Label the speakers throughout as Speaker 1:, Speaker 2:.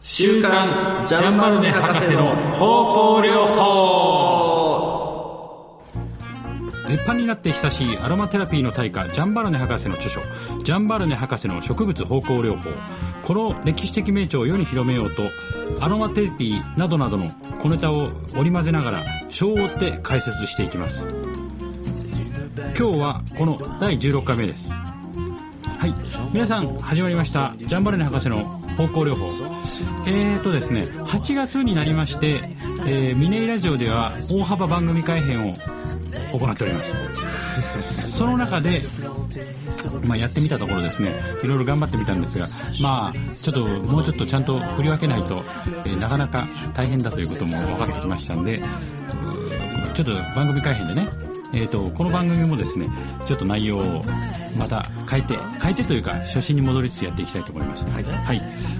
Speaker 1: 週刊ジャンバルネ博士の方向療法
Speaker 2: 絶版になって久しいアロマテラピーの大家ジャンバルネ博士の著書「ジャンバルネ博士の植物方向療法」この歴史的名著を世に広めようとアロマテラピーなどなどの小ネタを織り交ぜながら章を追って解説していきます今日はこの第16回目ですはい皆さん始まりましたジャンバルネ博士の方向療法えーとですね8月になりまして、えー、ミネイラジオでは大幅番組改編を行っておりますその中で、まあ、やってみたところですねいろいろ頑張ってみたんですが、まあ、ちょっともうちょっとちゃんと振り分けないと、えーなかなか大変だということも分かってきましたんでうーちょっと番組改編でね、えー、とこの番組もですねちょっと内容をまた変えて変えてというか初心に戻りつつやっていきたいと思います、はい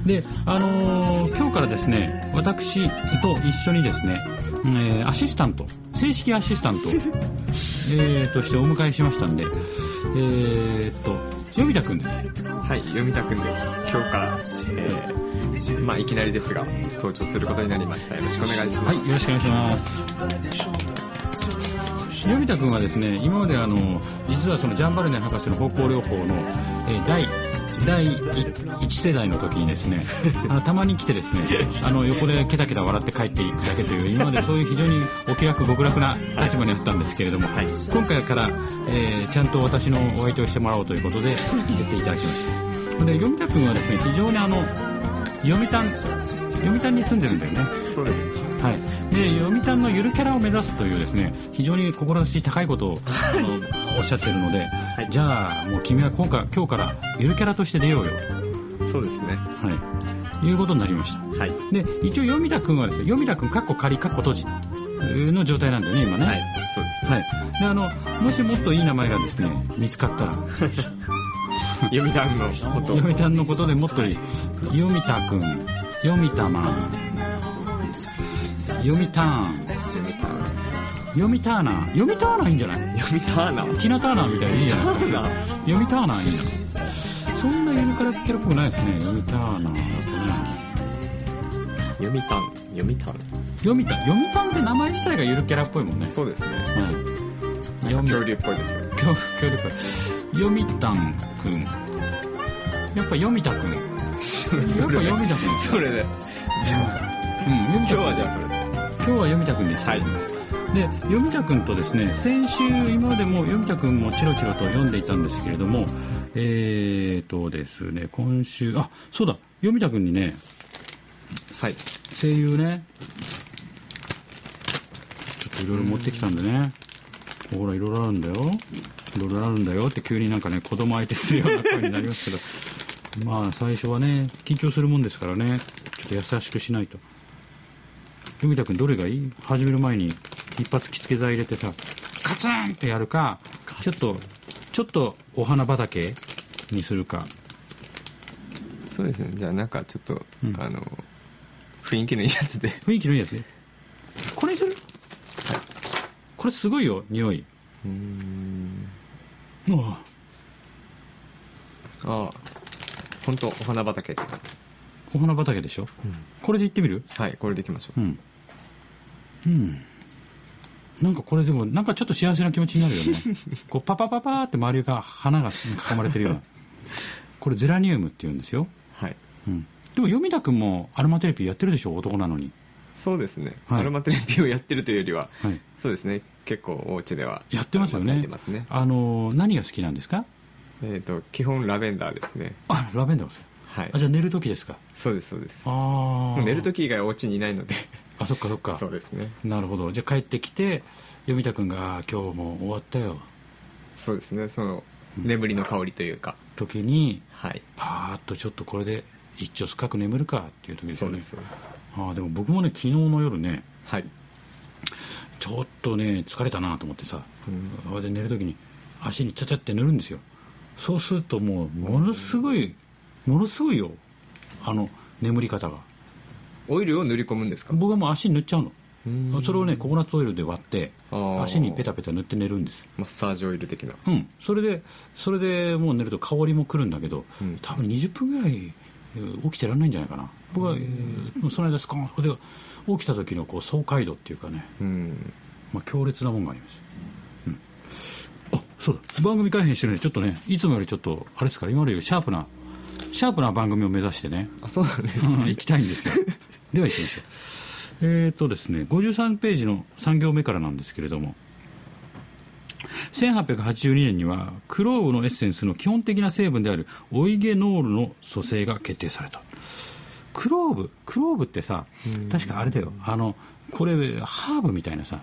Speaker 2: で、あのー今日からですね私と一緒にですね、えーアシスタント正式アシスタントをえー、としてお迎えしましたんで、えー、と、よびたくんです。
Speaker 3: はい、読みたくんです。今日から、えー、まあいきなりですが、登場することになりました。よろしくお願いします。
Speaker 2: はい、よろしくお願いします。よびたくんはですね、今まであの、実はそのジャンバルネ博士の方向療法の、えー第、第1世代の時にですね、 あのたまに来てですね、あの、横でケタケタ笑って帰っていくだけという、今までそういう非常にお気楽極楽な立場にあったんですけれども、
Speaker 3: はい
Speaker 2: 今回から、えーちゃんと私のお相手をしてもらおうということで、やっていただきました。で、読みたくんはですね、非常にあの、読谷、読谷に住んでるんだよね。
Speaker 3: そうです。
Speaker 2: はい、で読谷のゆるキャラを目指すというですね非常に志高いことをあのおっしゃってるので、
Speaker 3: い
Speaker 2: じゃあもう君は今回今日からゆるキャラとして出ようよ、
Speaker 3: そうですね。
Speaker 2: はい、いうことになりました
Speaker 3: はい。
Speaker 2: で一応読田君はですね読田君かっこ仮かっこ閉じの状態なんだよね今ね
Speaker 3: はい、そうです。
Speaker 2: はい、であのもしもっといい名前がですね見つかったら
Speaker 3: 読みたんのこと
Speaker 2: 読谷のことでもっといい読田君読田マン読田ーン
Speaker 3: 読みたん。
Speaker 2: 読みターナー読みターナーいいんじゃない
Speaker 3: 読みたーな。
Speaker 2: ティナターナーみたいにいいじゃないですか
Speaker 3: な。
Speaker 2: 読みターナーいいなそんな読みからキャラっぽくないですね読みターナーだとね
Speaker 3: 読みたん。読みたん。
Speaker 2: 読みた読みたんって名前自体がゆるキャラっぽいもんね
Speaker 3: そうですね。
Speaker 2: はい
Speaker 3: な
Speaker 2: 読
Speaker 3: ん
Speaker 2: み
Speaker 3: か恐竜っぽいですよね。
Speaker 2: 恐恐竜っぽい読みたんくんやっぱ読みたくんやっぱ読みたくんです
Speaker 3: それで。じゃあ、
Speaker 2: うん読み
Speaker 3: 今日は
Speaker 2: た
Speaker 3: じゃあそれで。
Speaker 2: くん今日は読みたくんでした、
Speaker 3: はい。
Speaker 2: で読田君とですね先週今までも読田君もチロチロと読んでいたんですけれどもえーとですね今週あそうだ読田君にね
Speaker 3: はい。
Speaker 2: 声優ねちょっといろいろ持ってきたんでね、ほらいろいろあるんだよいろいろあるんだよって急になんかね子供相手するような声になりますけど まあ最初はね緊張するもんですからねちょっと優しくしないと海田君どれがいい始める前に一発着付け剤入れてさカツンってやるかちょっとちょっとお花畑にするか
Speaker 3: そうですね。じゃあなんかちょっと、あの、雰囲気のいいやつで。
Speaker 2: 雰囲気のいいやつねこれにするこれすごいよ匂いうんあ
Speaker 3: ああ。本当お花畑って感じ。
Speaker 2: お花畑でしょ、これで行ってみる
Speaker 3: はい、これでいきましょ
Speaker 2: うんうんなんかこれでもなんかちょっと幸せな気持ちになるよね こうパパパパーって周りが花が囲まれてるよう なこれゼラニウムっていうんですよ、
Speaker 3: う。はい。
Speaker 2: うん、でも読田君もアロマテレビやってるでしょ男なのに、
Speaker 3: そうですね、
Speaker 2: はい
Speaker 3: アロマテレビをやってるというよりは、
Speaker 2: はい、
Speaker 3: そうですね結構お家では
Speaker 2: やってますよ
Speaker 3: アロマ
Speaker 2: ね
Speaker 3: やってますね
Speaker 2: あの何が好きなんですか
Speaker 3: えっ、と基本ラベンダーですね
Speaker 2: あラベンダーですよ
Speaker 3: はい
Speaker 2: あじゃあ寝る時ですか
Speaker 3: そうですそうです
Speaker 2: あ
Speaker 3: も
Speaker 2: あ
Speaker 3: う寝る時以外お家にいないので
Speaker 2: あそっかそっか
Speaker 3: そうですね
Speaker 2: なるほどじゃあ帰ってきて読田君があー今日も終わったよ
Speaker 3: そうですねその眠りの香りというか、
Speaker 2: 時に
Speaker 3: はい
Speaker 2: パーッとちょっとこれで一丁深く眠るかっていう時です
Speaker 3: そ
Speaker 2: よ
Speaker 3: うで
Speaker 2: ね
Speaker 3: すそうです
Speaker 2: あーでも僕もね昨日の夜ね
Speaker 3: はい
Speaker 2: ちょっとね疲れたなと思ってさ、それで寝る時に足にちゃちゃって塗るんですよそうするともうものすごいものすごいよあの眠り方が
Speaker 3: オイルを塗り込むんですか
Speaker 2: 僕はもう足に塗っちゃうの
Speaker 3: うん
Speaker 2: それをねココナッツオイルで割って
Speaker 3: あー
Speaker 2: 足にペタペタ塗って寝るんです
Speaker 3: マッサージオイル的な
Speaker 2: うん、それでそれでもう寝ると香りもくるんだけど、
Speaker 3: うん
Speaker 2: 多分20分ぐらいえー起きてらんないんじゃないかな僕は、えーその間スコーンで起きた時のこう爽快度っていうかね、
Speaker 3: うん。
Speaker 2: まあ、強烈なもんがあります、うん、あそうだ番組改編してるんでちょっとねいつもよりちょっとあれですから今までよりシャープなシャープな番組を目指してね、
Speaker 3: あ、そうなんです
Speaker 2: うん
Speaker 3: ね。
Speaker 2: 行きたいんです よでは行きましょうえー、とですね53ページの3行目からなんですけれども1882年にはクローブのエッセンスの基本的な成分であるオイゲノールの組成が決定されたクローブクローブってさ確かあれだよあのこれハーブみたいなさ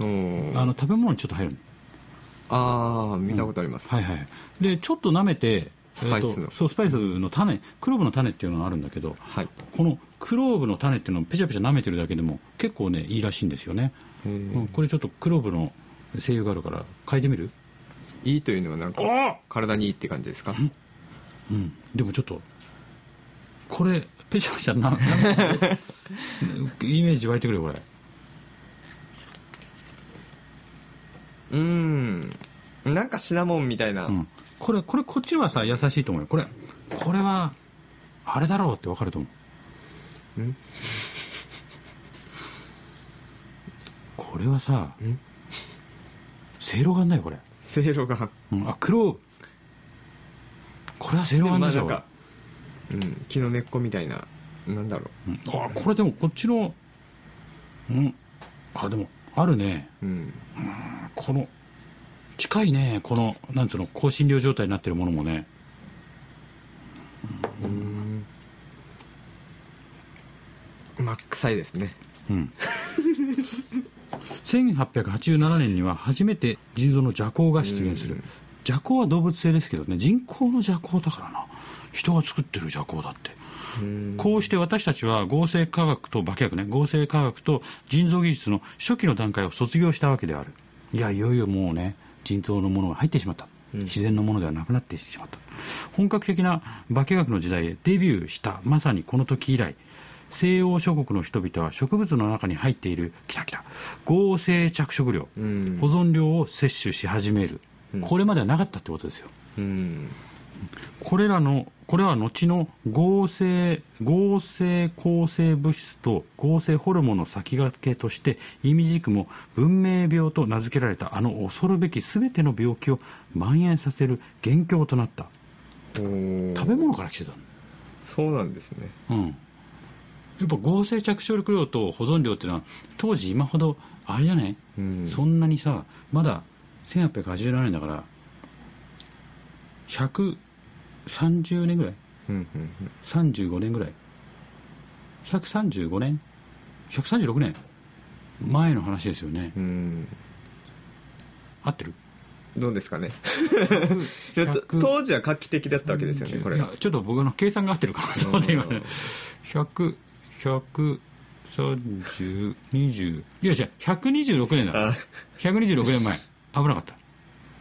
Speaker 3: うん
Speaker 2: あの食べ物にちょっと入るの
Speaker 3: ああ、見たことあります。
Speaker 2: はいはいでちょっと舐めて
Speaker 3: スパイスの
Speaker 2: えーとそうスパイスの種クローブの種っていうのがあるんだけど
Speaker 3: はい。
Speaker 2: このクローブの種っていうのをペチャペチャ舐めてるだけでも結構ねいいらしいんですよね、
Speaker 3: え
Speaker 2: う
Speaker 3: ー
Speaker 2: んこれちょっとクローブの精油があるから嗅いでみる
Speaker 3: いいというのはなんか、
Speaker 2: あ
Speaker 3: 体にいいって感じですか
Speaker 2: うんでもちょっとこれペチャペチャな舐めてイメージ湧いてくるよこれ
Speaker 3: うん。なんかシナモンみたいな。
Speaker 2: うん、これこれこっちはさ優しいと思うよこれこれはあれだろうってわかると思う
Speaker 3: うん
Speaker 2: これはさ
Speaker 3: ん
Speaker 2: せいろがんだよこれ、
Speaker 3: せいろが。
Speaker 2: うん、あ黒これはせい
Speaker 3: で
Speaker 2: ろが
Speaker 3: も
Speaker 2: ん
Speaker 3: ま
Speaker 2: で
Speaker 3: あ
Speaker 2: し
Speaker 3: な
Speaker 2: ょ
Speaker 3: んか、うん、木の根っこみたいな、なんだろ
Speaker 2: うんあこれでもこっちのうんあでもあるね
Speaker 3: う。うん。
Speaker 2: この近いねこのなんつうの香辛料状態になってるものもね
Speaker 3: うん。真っ臭いですね。
Speaker 2: うん、1887年には初めて人造の蛇行が出現する
Speaker 3: うん
Speaker 2: 蛇行は動物性ですけどね人工の蛇行だからな人が作ってる蛇行だって
Speaker 3: うん
Speaker 2: こうして私たちは合成科学と化学ね合成科学と人造技術の初期の段階を卒業したわけであるいやいよいよもうね人造のものが入ってしまった
Speaker 3: うん
Speaker 2: 自然のものではなくなってしまった本格的な化学の時代へデビューしたまさにこの時以来西欧諸国の人々は植物の中に入っているきたきた合成着色料
Speaker 3: うん
Speaker 2: 保存料を摂取し始める
Speaker 3: うん
Speaker 2: これまではなかったってことですよ
Speaker 3: うん。
Speaker 2: これらのこれは後の合成合成抗生物質と合成ホルモンの先駆けとして意味軸も文明病と名付けられたあの恐るべき全ての病気を蔓延させる元凶となった
Speaker 3: おー
Speaker 2: 食べ物から来てた
Speaker 3: そうなんですね。
Speaker 2: のうんやっぱ合成着色料と保存料っていうのは当時今ほどあれじゃない、
Speaker 3: うん
Speaker 2: そんなにさまだ1887年だから130年ぐらい
Speaker 3: うんうん
Speaker 2: 35年ぐらい135年136年前の話ですよね
Speaker 3: うん。うん。
Speaker 2: 合ってる
Speaker 3: どうで すかね。いやと当時は画期 的だったわけですよね、これ
Speaker 2: い。やちょっと僕の計算が合ってるかなと思って今
Speaker 3: うん
Speaker 2: 10013020いや違う126年だ
Speaker 3: あ
Speaker 2: 126年前危なかった、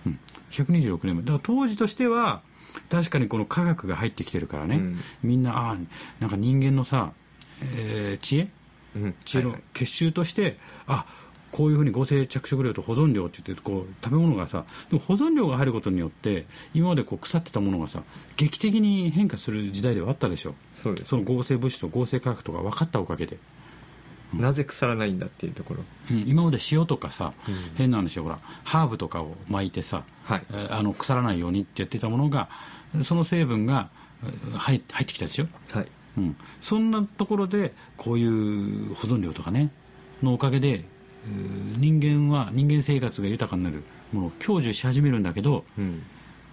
Speaker 2: うん、126年前だから当時としては確かにこの科学が入ってきてるからね、
Speaker 3: うん
Speaker 2: みんなああなんか人間のさ、えー知恵
Speaker 3: うん。
Speaker 2: 知恵の結集として、あこういうふうに合成着色料と保存料って言ってこう食べ物がさでも保存料が入ることによって今までこう腐ってたものがさ劇的に変化する時代ではあったでしょ
Speaker 3: そうです
Speaker 2: そ。の合成物質と合成化学とか分かったおかげで、
Speaker 3: なぜ腐らないんだっていうところ。
Speaker 2: うん今まで塩とかさ、
Speaker 3: うん
Speaker 2: 変な話よほらハーブとかを巻いてさ、
Speaker 3: はい
Speaker 2: え。ーあの腐らないようにってやってたものがその成分がえー入入ってきたでしょ
Speaker 3: はい。
Speaker 2: うん、そんなところでこういう保存料とかねのおかげでうー人間は人間生活が豊かになるものを享受し始めるんだけど
Speaker 3: うん。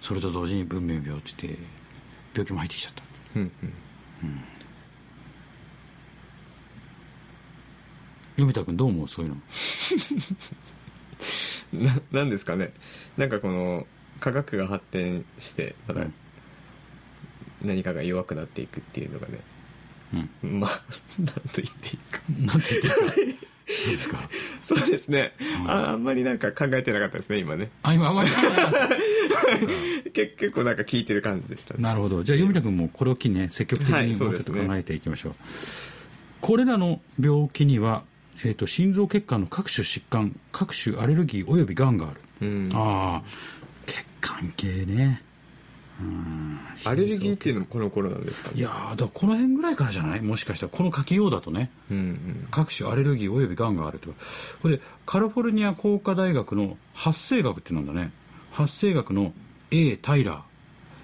Speaker 2: それと同時に文明病って言って病気も入ってきちゃった
Speaker 3: うん
Speaker 2: 読田君どう思うそういうの
Speaker 3: うん。な、 なんですかね。なんかこの、科学が発展して、まだ
Speaker 2: うん、
Speaker 3: 何かが弱くなっていくっていうのがね、
Speaker 2: うん
Speaker 3: まあ、 なんと言っていいか。
Speaker 2: なんて言ってるかそうですか
Speaker 3: そうですね
Speaker 2: う。ん
Speaker 3: ああんまりなんか考えてなかったですね、今ね。
Speaker 2: あ今あまり
Speaker 3: け結構なんか聞いてる感じでした ね。
Speaker 2: なるほどじゃあ読田君もこれを機にね積極的
Speaker 3: はい
Speaker 2: に
Speaker 3: そ
Speaker 2: も
Speaker 3: う
Speaker 2: う
Speaker 3: で
Speaker 2: ちょっ
Speaker 3: す
Speaker 2: と
Speaker 3: ね
Speaker 2: 考えていきましょう,、これらの病気には、えー、と心臓血管の各種疾患各種アレルギーおよびがんがある
Speaker 3: うん。
Speaker 2: ああ血管系ね
Speaker 3: アレルギーっていうのもこの頃なんですかね
Speaker 2: いやーだからこの辺ぐらいからじゃないもしかしたらこの書きようだとね
Speaker 3: うんうん
Speaker 2: 各種アレルギーおよびがんがあるとこれでカリフォルニア工科大学の発生学ってなんだね発生学の A タイラ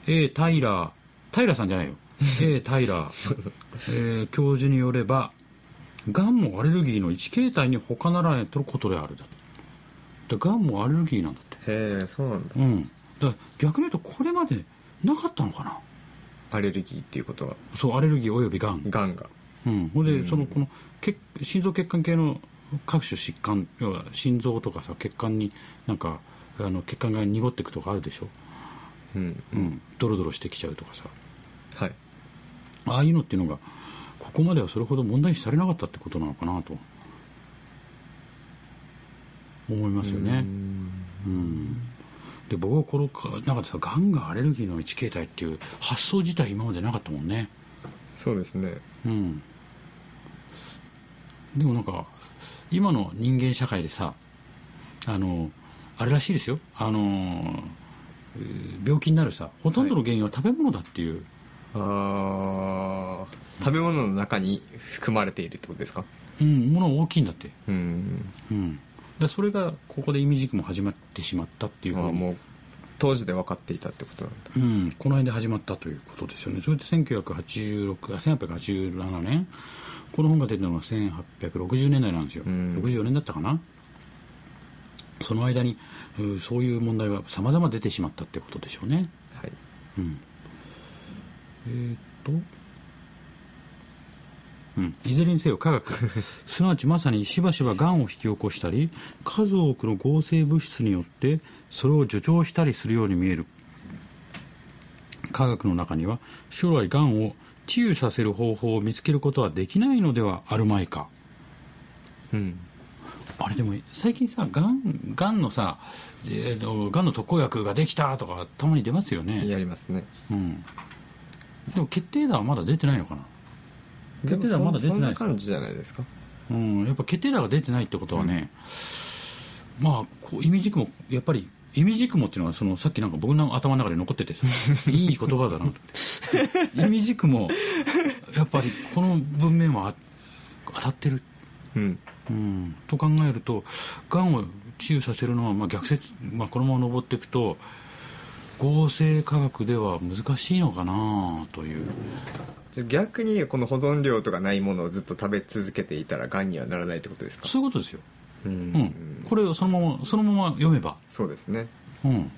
Speaker 2: ー A タイラータイラーさんじゃないよ A タイ ラー、えー教授によればがんもアレルギーの一形態に他ならないとのことであるだとがんもアレルギーなんだって
Speaker 3: へえそうなんだ
Speaker 2: うんだから逆に言うとこれまでなかったのかな
Speaker 3: アレルギーっていうことは
Speaker 2: そうアレルギーおよびがん
Speaker 3: がんが
Speaker 2: うん、ほんで、
Speaker 3: うん
Speaker 2: そのこの血心臓血管系の各種疾患要は心臓とかさ血管になんかあの血管が濁っていくとかあるでしょ、
Speaker 3: うん
Speaker 2: うんドロドロしてきちゃうとかさ
Speaker 3: はい
Speaker 2: ああいうのっていうのがここまではそれほど問題視されなかったってことなのかなと思いますよね
Speaker 3: うん
Speaker 2: うん、で僕はこのか中でさがんがアレルギーの一形態っていう発想自体今までなかったもんね
Speaker 3: そうですね
Speaker 2: うん、でもなんか今の人間社会でさあのあれらしいですよあのえー病気になるさほとんどの原因は食べ物だっていう、
Speaker 3: あー食べ物の中に含まれているってことですか
Speaker 2: うん、ものが大きいんだって、
Speaker 3: うん
Speaker 2: うん、だそれがここで意味軸も始まってしまったっていう
Speaker 3: あ
Speaker 2: ふう
Speaker 3: ー
Speaker 2: に
Speaker 3: もう当時で分かっていたってことなんだ
Speaker 2: うん、この辺で始まったということですよね。それで1986あ1887年この本が出たのは1860年代なんですよ。
Speaker 3: うん
Speaker 2: 64年だったかな。その間にうんそういう問題は様々出てしまったってことでしょうね。
Speaker 3: はい
Speaker 2: うん、えーっと、うん、いずれにせよ科 学すなわちまさにしばしばがんを引き起こしたり数多くの合成物質によってそれを助長したりするように見える科学の中には将来がんを治癒させる方法を見つけることはできないのではあるまいか
Speaker 3: うん
Speaker 2: あれでも最近さがんがんのさえーとがんの特効薬ができたとかたまに出ますよね
Speaker 3: やりますね
Speaker 2: うん、でも決定打はまだ出てないのかな、
Speaker 3: でも
Speaker 2: 出てた
Speaker 3: そ
Speaker 2: まだ出て
Speaker 3: そ
Speaker 2: ない
Speaker 3: んな
Speaker 2: です
Speaker 3: 感じじゃないですか
Speaker 2: うん、やっぱ決定打が出てないってことはね、まあこう意味軸もやっぱり意味軸もっていうのはそのさっきなんか僕の頭の中で残っててさいい言葉だなと思って意味軸もやっぱりこの文面はあ当たってる、
Speaker 3: うん
Speaker 2: うん、と考えるとがんを治癒させるのはまあ逆説、まあ、このまま登っていくと合成科学では難しいのかなという。
Speaker 3: じゃあ逆にこの保存量とかないものをずっと食べ続けていたらがんにはならないってことですか
Speaker 2: そういうことですよ、
Speaker 3: うん、
Speaker 2: うん、これをそのままそのまま読めば、
Speaker 3: そうですね
Speaker 2: うん、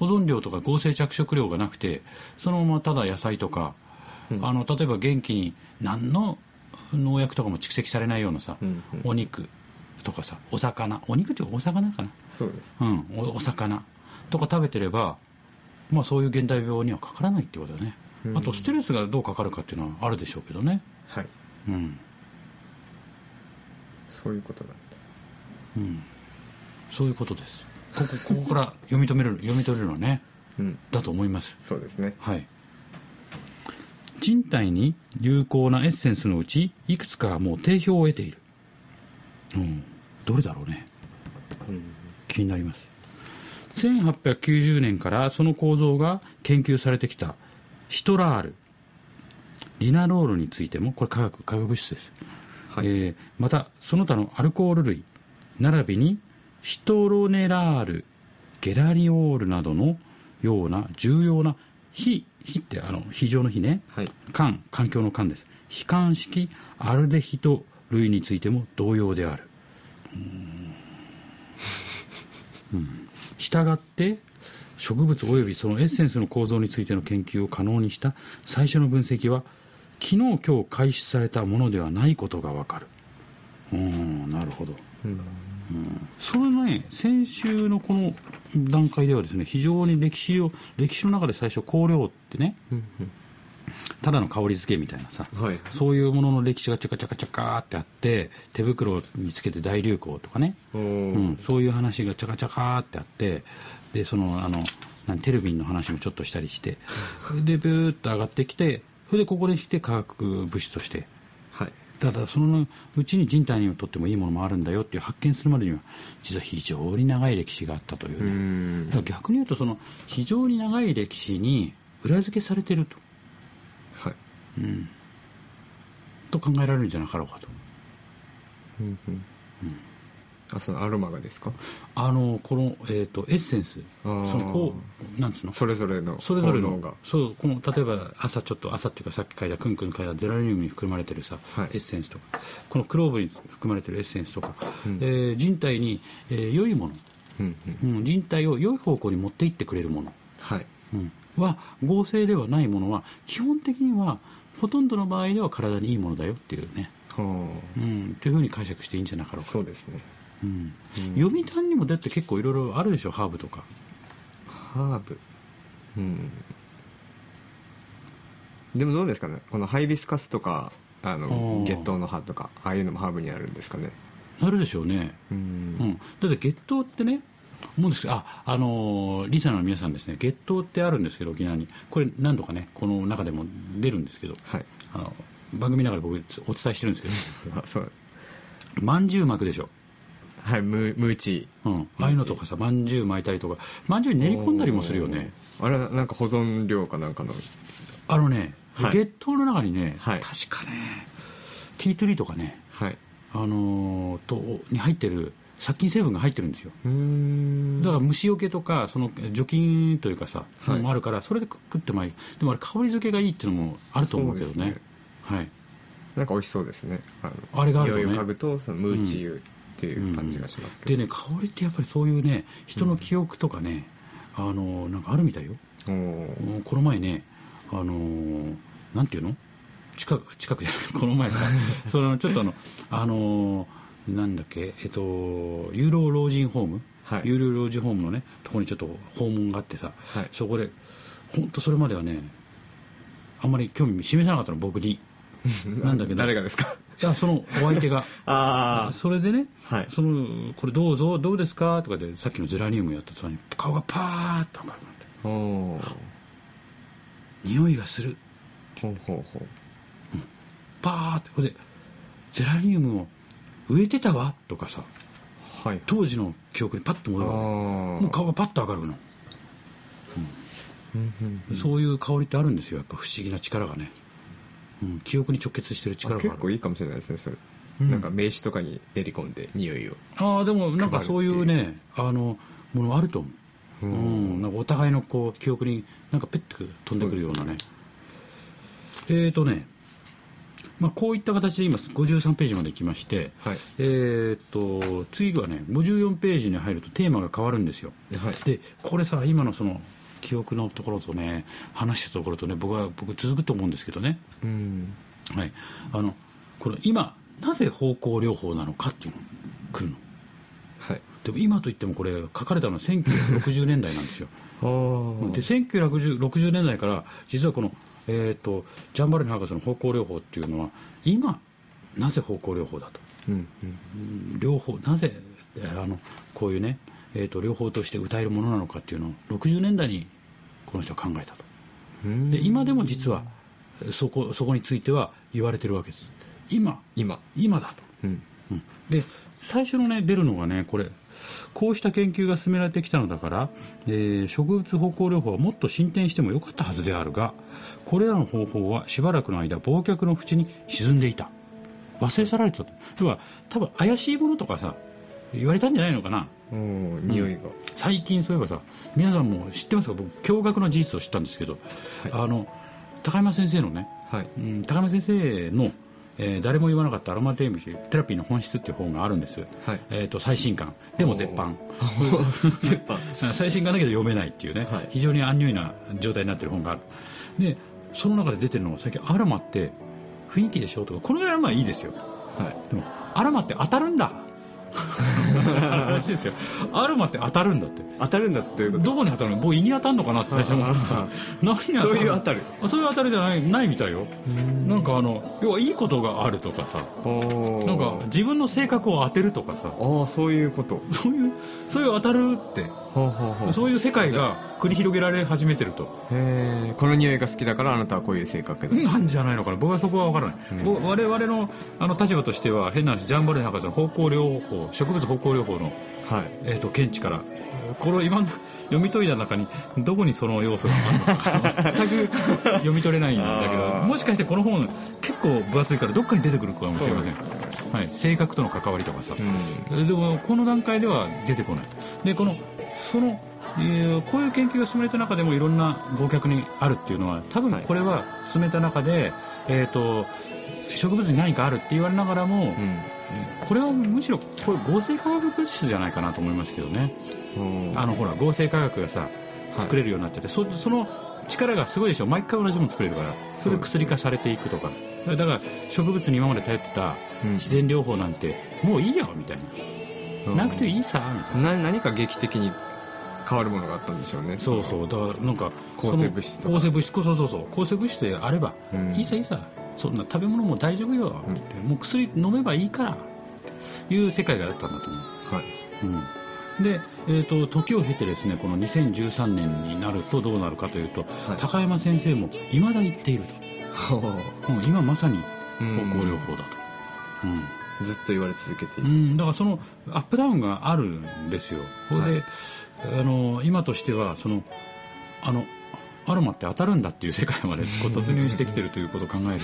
Speaker 2: 保存量とか合成着色料がなくてそのままただ野菜とか、
Speaker 3: うん
Speaker 2: あの例えば元気に何の農薬とかも蓄積されないようなさ、
Speaker 3: うんうん
Speaker 2: お肉とかさお魚お肉っていうかお魚かな、
Speaker 3: そうです
Speaker 2: うん、おお魚とか食べてれば、まあ、そういう現代病にはかからないってことだね、
Speaker 3: うん
Speaker 2: あとストレスがどうかかるかっていうのはあるでしょうけどね
Speaker 3: はい
Speaker 2: うん
Speaker 3: そういうことだっ
Speaker 2: うん、そういうことです。ここここから読み止める読み取れるのはね
Speaker 3: たうん
Speaker 2: だと思います。
Speaker 3: そうですね
Speaker 2: はい。人体に有効なエッセンスのうちいくつかはもう定評を得ている。うん、どれだろうね。
Speaker 3: うん
Speaker 2: 気になります1890年からその構造が研究されてきたシトラールリナロールについてもこれ化学化学物質です、
Speaker 3: はい
Speaker 2: えーまたその他のアルコール類並びにシトロネラールゲラリオールなどのような重要な非非ってあの非常の非ね
Speaker 3: はい
Speaker 2: 環環境の環です非環式アルデヒド類についても同様であるしたがって植物およびそのエッセンスの構造についての研究を可能にした最初の分析は昨日今日開始されたものではないことがわかるうーんなるほど
Speaker 3: うん
Speaker 2: それね先週のこの段階ではですね非常に歴史を歴史の中で最初香料ってね
Speaker 3: うん
Speaker 2: ただの香り付けみたいなさ
Speaker 3: うんはい
Speaker 2: そういうものの歴史がチャカチャカチャカーってあって手袋につけて大流行とかね
Speaker 3: お
Speaker 2: うん
Speaker 3: ー、
Speaker 2: そういう話がちゃかちゃかってあってでそのあの何テルビンの話もちょっとしたりしてでブーッと上がってきてそれでここに来て化学物質として
Speaker 3: はい
Speaker 2: ただそのうちに人体にとってもいいものもあるんだよっていう発見するまでには実は非常に長い歴史があったという
Speaker 3: う
Speaker 2: ね
Speaker 3: ん
Speaker 2: だから逆に言うとその非常に長い歴史に裏付けされてると
Speaker 3: はい
Speaker 2: と考えられるんじゃなかろうかと
Speaker 3: うんうんあそのアロマがですか
Speaker 2: あのこの、えー、とエッセンス
Speaker 3: あ
Speaker 2: そ
Speaker 3: ー
Speaker 2: のこうなんつうの
Speaker 3: それぞれの
Speaker 2: それぞれ
Speaker 3: 効
Speaker 2: の
Speaker 3: 能が
Speaker 2: そうこの例えば朝ちょっと朝っていうかさっき書いたくんくん書いたゼラニウムに含まれてるさ、
Speaker 3: はい
Speaker 2: エッセンスとかこのクローブに含まれてるエッセンスとか、
Speaker 3: うん
Speaker 2: えー人体に、えー良いもの、
Speaker 3: うんうん
Speaker 2: うん、人体を良い方向に持っていってくれるもの、
Speaker 3: はい
Speaker 2: うん、は合成ではないものは基本的にはほとんどの場合では体にいいものだよっていうね、
Speaker 3: は
Speaker 2: うん、というふうに解釈していいんじゃなか
Speaker 3: あ
Speaker 2: ろうか、
Speaker 3: そうですね
Speaker 2: うん、
Speaker 3: うん
Speaker 2: 読谷にもだって結構いろいろあるでしょハーブとか
Speaker 3: ハーブうんでもどうですかねこのハイビスカスとかあ
Speaker 2: お
Speaker 3: の
Speaker 2: ー
Speaker 3: 月桃の葉とかああいうのもハーブにあるんですかね
Speaker 2: あるでしょうね
Speaker 3: う
Speaker 2: うんん、だって月桃ってね思うんですけどああのーリサの皆さんですね月桃ってあるんですけど沖縄にこれ何度かねこの中でも出るんですけど
Speaker 3: はい
Speaker 2: あの番組の中で僕お伝えしてるんです
Speaker 3: あそう
Speaker 2: けどまんじゅう巻くでしょ、
Speaker 3: はいムムーチ
Speaker 2: うん、ああいうのとかさまんじゅう巻いたりとかまんじゅうに練り込んだりもするよね
Speaker 3: おーあれなんか保存料かなんかの
Speaker 2: あのね、
Speaker 3: はい
Speaker 2: 月桃の中にね、
Speaker 3: はい
Speaker 2: 確かねティートリーとかね
Speaker 3: はい
Speaker 2: あのーとに入ってる殺菌成分が入ってるんですよ
Speaker 3: うーん
Speaker 2: だから虫よけとかその除菌というかさ、
Speaker 3: はい
Speaker 2: もあるからそれで食ってもいいでもあれ香り付けがいいっていうのもあると思うけどね
Speaker 3: そうですね
Speaker 2: はい
Speaker 3: なんか美味しそうですねあ
Speaker 2: あれがあるとね
Speaker 3: 匂いを嗅ぐとそのムーチ油っていう感じがしますけ
Speaker 2: で
Speaker 3: ど、
Speaker 2: ね香りってやっぱりそういうね人の記憶とかね、あのなんかあるみたいよ
Speaker 3: おー
Speaker 2: うんこの前ねあのーなんていうの近く近くじゃないこ の 前さそのちょっとあのあのーなんだっけえっと有老老人ホーム、
Speaker 3: はい
Speaker 2: 有料老人ホームのねとこにちょっと訪問があってさ、
Speaker 3: はい
Speaker 2: そこで本当それまではねあんまり興味示さなかったの僕 になんだけど
Speaker 3: 誰がです か
Speaker 2: いやそのお相手が
Speaker 3: あ
Speaker 2: それでね、
Speaker 3: はい
Speaker 2: そのこれどうぞどうですかとかでさっきのゼラニウムやった途端に顔がパーッと明るくなって
Speaker 3: あおー
Speaker 2: 匂いがする
Speaker 3: ほうほうほう
Speaker 2: パーってこれでゼラニウムを植えてたわとかさ
Speaker 3: はい
Speaker 2: 当時の記憶にパッと戻るわけもう
Speaker 3: も
Speaker 2: 顔がパッと明るくなる、そういう香りってあるんですよやっぱ不思議な力がね、うん、記憶に直結してる力がある
Speaker 3: 結構いいかもしれないですねそれ、
Speaker 2: ん
Speaker 3: なんか名刺とかに練り込んで匂いを
Speaker 2: ああでもなんかそういう
Speaker 3: 配
Speaker 2: ねあのものあると思う、うんなんかお互いのこう記憶になんかペッと飛んでくるようなねえーとね、まあ、こういった形で今53ページまで来まして、
Speaker 3: はい
Speaker 2: えーと次はね54ページに入るとテーマが変わるんですよ
Speaker 3: はい
Speaker 2: でこれさ今のその記憶のところとね話したところとね僕は僕続くと思うんですけどね
Speaker 3: うん
Speaker 2: はいあのこの今なぜ方向療法なのかっていうのが来るの
Speaker 3: はい
Speaker 2: でも今といってもこれ書かれたのは1960年代なんですよ
Speaker 3: あー
Speaker 2: で1960年代から実はこの、えー、とジャンバルニ博士の方向療法っていうのは今なぜ方向療法だと
Speaker 3: うんうん
Speaker 2: 両方なぜえーあのこういうね、えー、と両方として歌えるものなのかっていうのを60年代にこの人は考えたと
Speaker 3: うん
Speaker 2: で今でも実はそこそこについては言われてるわけです今
Speaker 3: 今
Speaker 2: 今だと
Speaker 3: うん
Speaker 2: うんで最初のね出るのがねこれこうした研究が進められてきたのだから、えー植物歩行療法はもっと進展してもよかったはずであるがこれらの方法はしばらくの間忘却の淵に沈んでいた忘れ去られてたと要は多分怪しいものとかさ言われたんじゃないのかな
Speaker 3: おー匂いが、
Speaker 2: 最近そういえばさ皆さんも知ってますか僕驚愕の事実を知ったんですけど、あの高山先生のね
Speaker 3: はい
Speaker 2: うん高山先生の、えー誰も言わなかったアロマテラピーテラピーの本質っていう本があるんです、
Speaker 3: はい
Speaker 2: えー、と最新刊でも絶版
Speaker 3: 絶版
Speaker 2: 最新刊だけど読めないっていうね、
Speaker 3: はい
Speaker 2: 非常に安ュイな状態になってる本があるでその中で出てるのは最近アロマって雰囲気でしょとかこのぐらいはまあいいですよ
Speaker 3: は
Speaker 2: でもアロマって当たるんだ
Speaker 3: い
Speaker 2: らしいですよアロマって当たるんだって
Speaker 3: 当たるんだっていうこと
Speaker 2: どこに当たるのもう胃に当たるのかなって最初思って
Speaker 3: あ
Speaker 2: さ何に当たるの
Speaker 3: そういう当たる
Speaker 2: あそういう当たりじゃないないみたいよなんかあの要はいいことがあるとかさ
Speaker 3: おー
Speaker 2: なんか自分の性格を当てるとかさ
Speaker 3: ああそういうこと
Speaker 2: そういうそういう当たるって
Speaker 3: ほうほうほう
Speaker 2: そういう世界が繰り広げられ始めてると
Speaker 3: へえこの匂いが好きだからあなたはこういう性格だ、
Speaker 2: なんじゃないのかな僕はそこは分からない、ぼ我々のあの立場としては変な話ジャンバルネ博士の方向療法植物方向療法の、
Speaker 3: はい
Speaker 2: えー、と見地からこの今の読み解いた中にどこにその要素があるのか全く読み取れないんだけ
Speaker 3: あ
Speaker 2: ど
Speaker 3: ー
Speaker 2: もしかしてこの本結構分厚いからどっかに出てくるかもしれません、
Speaker 3: そう
Speaker 2: はい、性格との関わりとかさ、
Speaker 3: うん
Speaker 2: でもこの段階では出てこないでこのその、えーこういう研究が進めた中でもいろんな忘却にあるっていうのは多分これは進めた中で、えー、と植物に何かあるって言われながらも、これはむしろこれ合成化学物質じゃないかなと思いますけどね
Speaker 3: うん
Speaker 2: あのほら合成化学がさ作れるようになっちゃって、そその力がすごいでしょ毎回同じもの作れるからそれ薬化されていくとかだから植物に今まで頼ってた
Speaker 3: うん
Speaker 2: 自然療法なんてもういいよみたいな。
Speaker 3: うん
Speaker 2: なくていいさみたいな。
Speaker 3: な何か劇的に変わるものがあったんでしょうね
Speaker 2: そうそうだからなんか
Speaker 3: 抗生物質と
Speaker 2: そ
Speaker 3: か
Speaker 2: の抗生物質そうそうそう抗生物質であれば、
Speaker 3: うん
Speaker 2: いいさいいさそんな食べ物も大丈夫よ、ってもう薬飲めばいいからっていう世界があったんだと思う
Speaker 3: はい
Speaker 2: うん、で、えー、と時を経てですねこの2013年になるとどうなるかというと、
Speaker 3: はい
Speaker 2: 高山先生もいまだ言っている
Speaker 3: ほう
Speaker 2: と、うん今まさに
Speaker 3: う
Speaker 2: 方
Speaker 3: ん
Speaker 2: 向療法だと、うん
Speaker 3: ずっと言われ続けてい
Speaker 2: うん
Speaker 3: る
Speaker 2: だからそのアップダウンがあるんですよそれで、あの今としてはそのあのアロマって当たるんだっていう世界までこう突入してきてるということを考える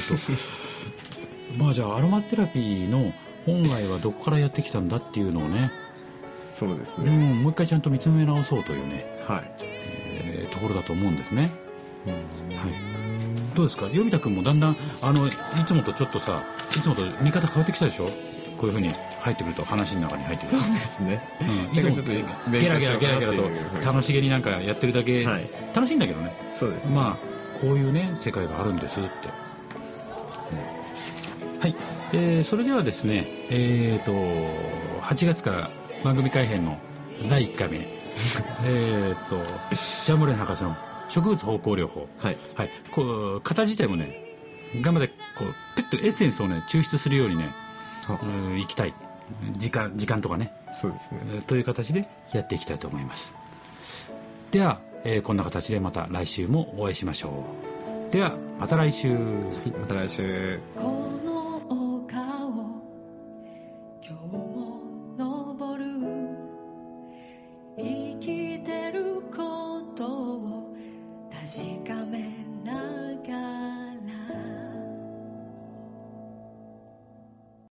Speaker 2: とまあじゃあアロマテラピーの本来はどこからやってきたんだっていうのをね
Speaker 3: そうです
Speaker 2: う
Speaker 3: ね
Speaker 2: ん、もう一回ちゃんと見つめ直そうというね、
Speaker 3: はい
Speaker 2: えーところだと思うんですね。はい。どうですか、よみたくんもだんだん、あの、いつもとちょっとさ、いつもと見方変わってきたでしょこういうふうに入ってくると、話の中に入ってく
Speaker 3: そ
Speaker 2: る
Speaker 3: う。ですね
Speaker 2: うん、いつも
Speaker 3: なんかちょっと勉強
Speaker 2: ゲラゲラゲラゲラ
Speaker 3: しようかなっていうふう
Speaker 2: と
Speaker 3: に
Speaker 2: 楽しげになんかやってるだけ、
Speaker 3: はい
Speaker 2: 楽しいんだけどね
Speaker 3: そうですね
Speaker 2: まあこういうね世界があるんですって、はい、えーそれではですねえー、と8月から番組改編の第1回目 えっとジャンボレン博士の植物方向療法
Speaker 3: はい
Speaker 2: はい、こう型自体もね頑張ってこうペッとエッセンスをね抽出するようにね
Speaker 3: あ
Speaker 2: うんいきたい時間時間とかね
Speaker 3: そうですね
Speaker 2: えーという形でやっていきたいと思いますでは、えーこんな形でまた来週もお会いしましょうではまた来週
Speaker 3: また来週
Speaker 4: こ